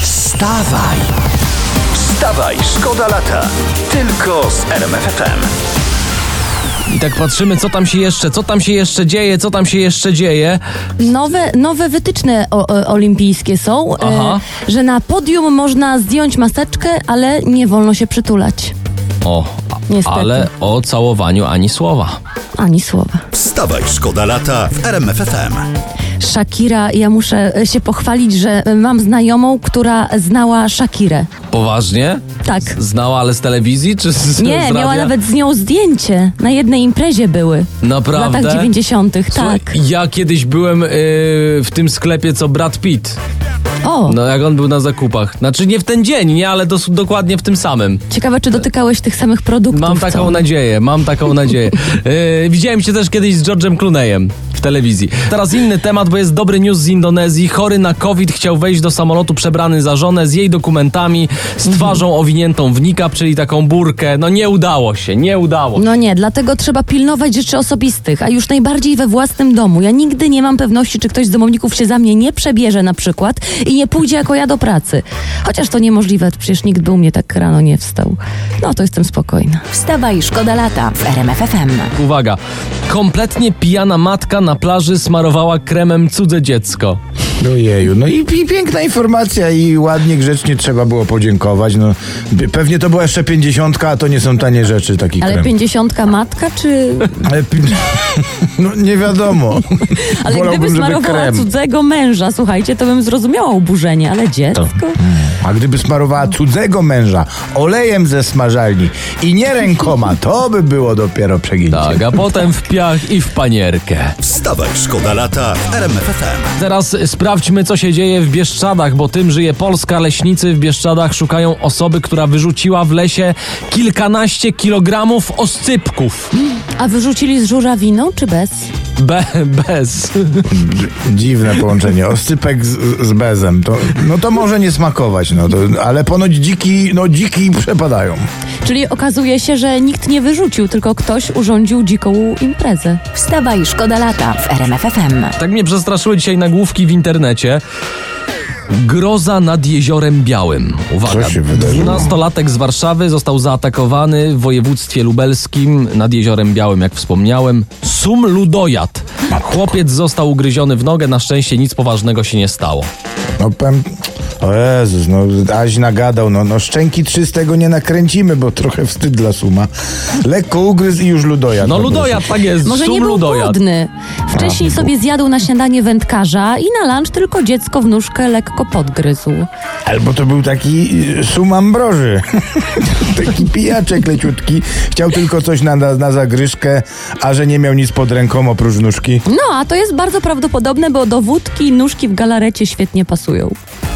Wstawaj! Wstawaj, szkoda lata. Tylko z RMFFM. I tak patrzymy, co tam się jeszcze, co tam się jeszcze dzieje, co tam się jeszcze dzieje. Nowe, nowe wytyczne o, o, olimpijskie są, Aha. e, że na podium można zdjąć maseczkę, ale nie wolno się przytulać. O, Niestety. ale o całowaniu ani słowa. Ani słowa. Wstawaj, szkoda lata w RMFFM. Shakira, ja muszę e, się pochwalić, że e, mam znajomą, która znała Shakirę. Poważnie? Tak. Znała, ale z telewizji czy z, z Nie, radia? miała nawet z nią zdjęcie. Na jednej imprezie były. Naprawdę? W latach 90. Słuchaj, Tak. Ja kiedyś byłem y, w tym sklepie, co Brad Pitt. O, No, jak on był na zakupach. Znaczy, nie w ten dzień, nie, ale dos- dokładnie w tym samym. ciekawe, czy dotykałeś tych samych produktów. Mam taką co? nadzieję, mam taką nadzieję. Yy, widziałem się też kiedyś z George'em Clooneyem w telewizji. Teraz inny temat, bo jest dobry news z Indonezji. Chory na COVID chciał wejść do samolotu przebrany za żonę z jej dokumentami, z twarzą owiniętą w nikab, czyli taką burkę. No nie udało się, nie udało. No nie, dlatego trzeba pilnować rzeczy osobistych, a już najbardziej we własnym domu. Ja nigdy nie mam pewności, czy ktoś z domowników się za mnie nie przebierze na przykład i nie pójdzie jako ja do pracy. Chociaż to niemożliwe, przecież nikt by u mnie tak rano nie wstał. No to jestem spokojna. Wstawaj, szkoda lata w RMFFM. Uwaga, kompletnie pijana matka na plaży smarowała kremem cudze dziecko. Ojeju, no i, i piękna informacja i ładnie, grzecznie trzeba było podziękować. No, by- pewnie to była jeszcze pięćdziesiątka, a to nie są tanie rzeczy, taki Ale krem. pięćdziesiątka matka, czy... Ale pi- no nie wiadomo. Ale gdyby Wolałbym, żeby smarowała krem. cudzego męża, słuchajcie, to bym zrozumiała oburzenie, ale dziecko... A gdyby smarowała cudzego męża olejem ze smażalni i nie rękoma, to by było dopiero przegięcie. Tak, a potem w piach i w panierkę. Wstawaj, szkoda lata w RMFFM. Teraz sprawdźmy, co się dzieje w Bieszczadach, bo tym żyje Polska. Leśnicy w Bieszczadach szukają osoby, która wyrzuciła w lesie kilkanaście kilogramów oscypków. A wyrzucili z żurawiną, czy bez? Be, bez. Dziwne połączenie. Oscypek z, z bezem. To, no to może nie smakować, no to, ale ponoć dziki, no dziki przepadają. Czyli okazuje się, że nikt nie wyrzucił, tylko ktoś urządził dziką imprezę. Wstawaj, szkoda lata w RMFFM. Tak mnie przestraszyły dzisiaj nagłówki w internecie. Groza nad Jeziorem Białym. Uwaga. Co się wydarzyło? Dwunastolatek z Warszawy został zaatakowany w województwie lubelskim nad Jeziorem Białym, jak wspomniałem. Sum ludojad. Chłopiec został ugryziony w nogę, na szczęście nic poważnego się nie stało. No powiem, o Jezus, no Aś nagadał, no, no szczęki trzy z tego nie nakręcimy, bo trochę wstyd dla Suma. Lekko ugryzł i już ludojad. No po prostu. ludojad, tak jest. Może Sum nie był ludojad. głodny. Wcześniej sobie zjadł na śniadanie wędkarza i na lunch tylko dziecko w nóżkę lekko podgryzł. Albo to był taki y, Sum Ambroży. taki pijaczek leciutki. Chciał tylko coś na, na, na zagryzkę, a że nie miał nic pod ręką oprócz nóżki. No, a to jest bardzo prawdopodobne, bo do wódki i nóżki w galarecie świetnie pasują.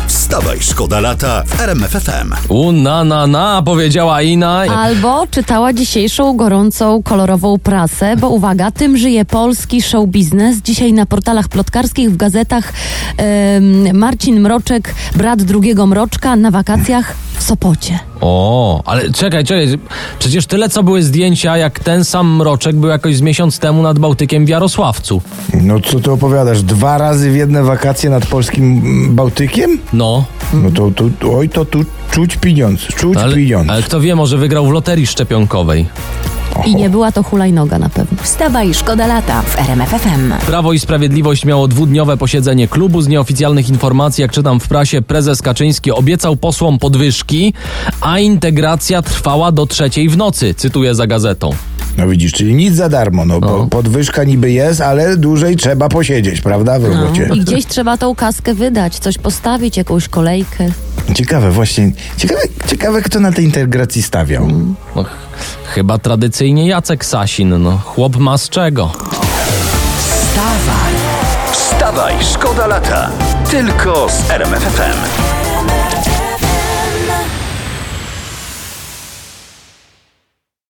Wstawaj, szkoda lata w RMFFM. U na na na, powiedziała Ina. Albo czytała dzisiejszą gorącą, kolorową prasę, bo uwaga, tym żyje polski show biznes. Dzisiaj na portalach plotkarskich, w gazetach em, Marcin Mroczek, brat drugiego Mroczka, na wakacjach w Sopocie. O, ale czekaj, czekaj. Przecież tyle co były zdjęcia, jak ten sam mroczek był jakoś z miesiąc temu nad Bałtykiem w Jarosławcu. No co ty opowiadasz? Dwa razy w jedne wakacje nad polskim mm, Bałtykiem? No, No to, to, oj, to tu czuć pieniądz, czuć ale, pieniądz. ale kto wie, może wygrał w loterii szczepionkowej. I nie była to hulajnoga na pewno. Wstawaj, szkoda lata w RMFFM. Prawo i Sprawiedliwość miało dwudniowe posiedzenie klubu. Z nieoficjalnych informacji, jak czytam w prasie, prezes Kaczyński obiecał posłom podwyżki, a integracja trwała do trzeciej w nocy, cytuję za gazetą. No widzisz, czyli nic za darmo, no bo podwyżka niby jest, ale dłużej trzeba posiedzieć, prawda, w robocie? I gdzieś trzeba tą kaskę wydać, coś postawić, jakąś kolejkę. Ciekawe właśnie, ciekawe, ciekawe kto na tej integracji stawiał. No, ch- chyba tradycyjnie Jacek Sasin, no. Chłop ma z czego. Wstawaj, szkoda lata. Tylko z RMFFM.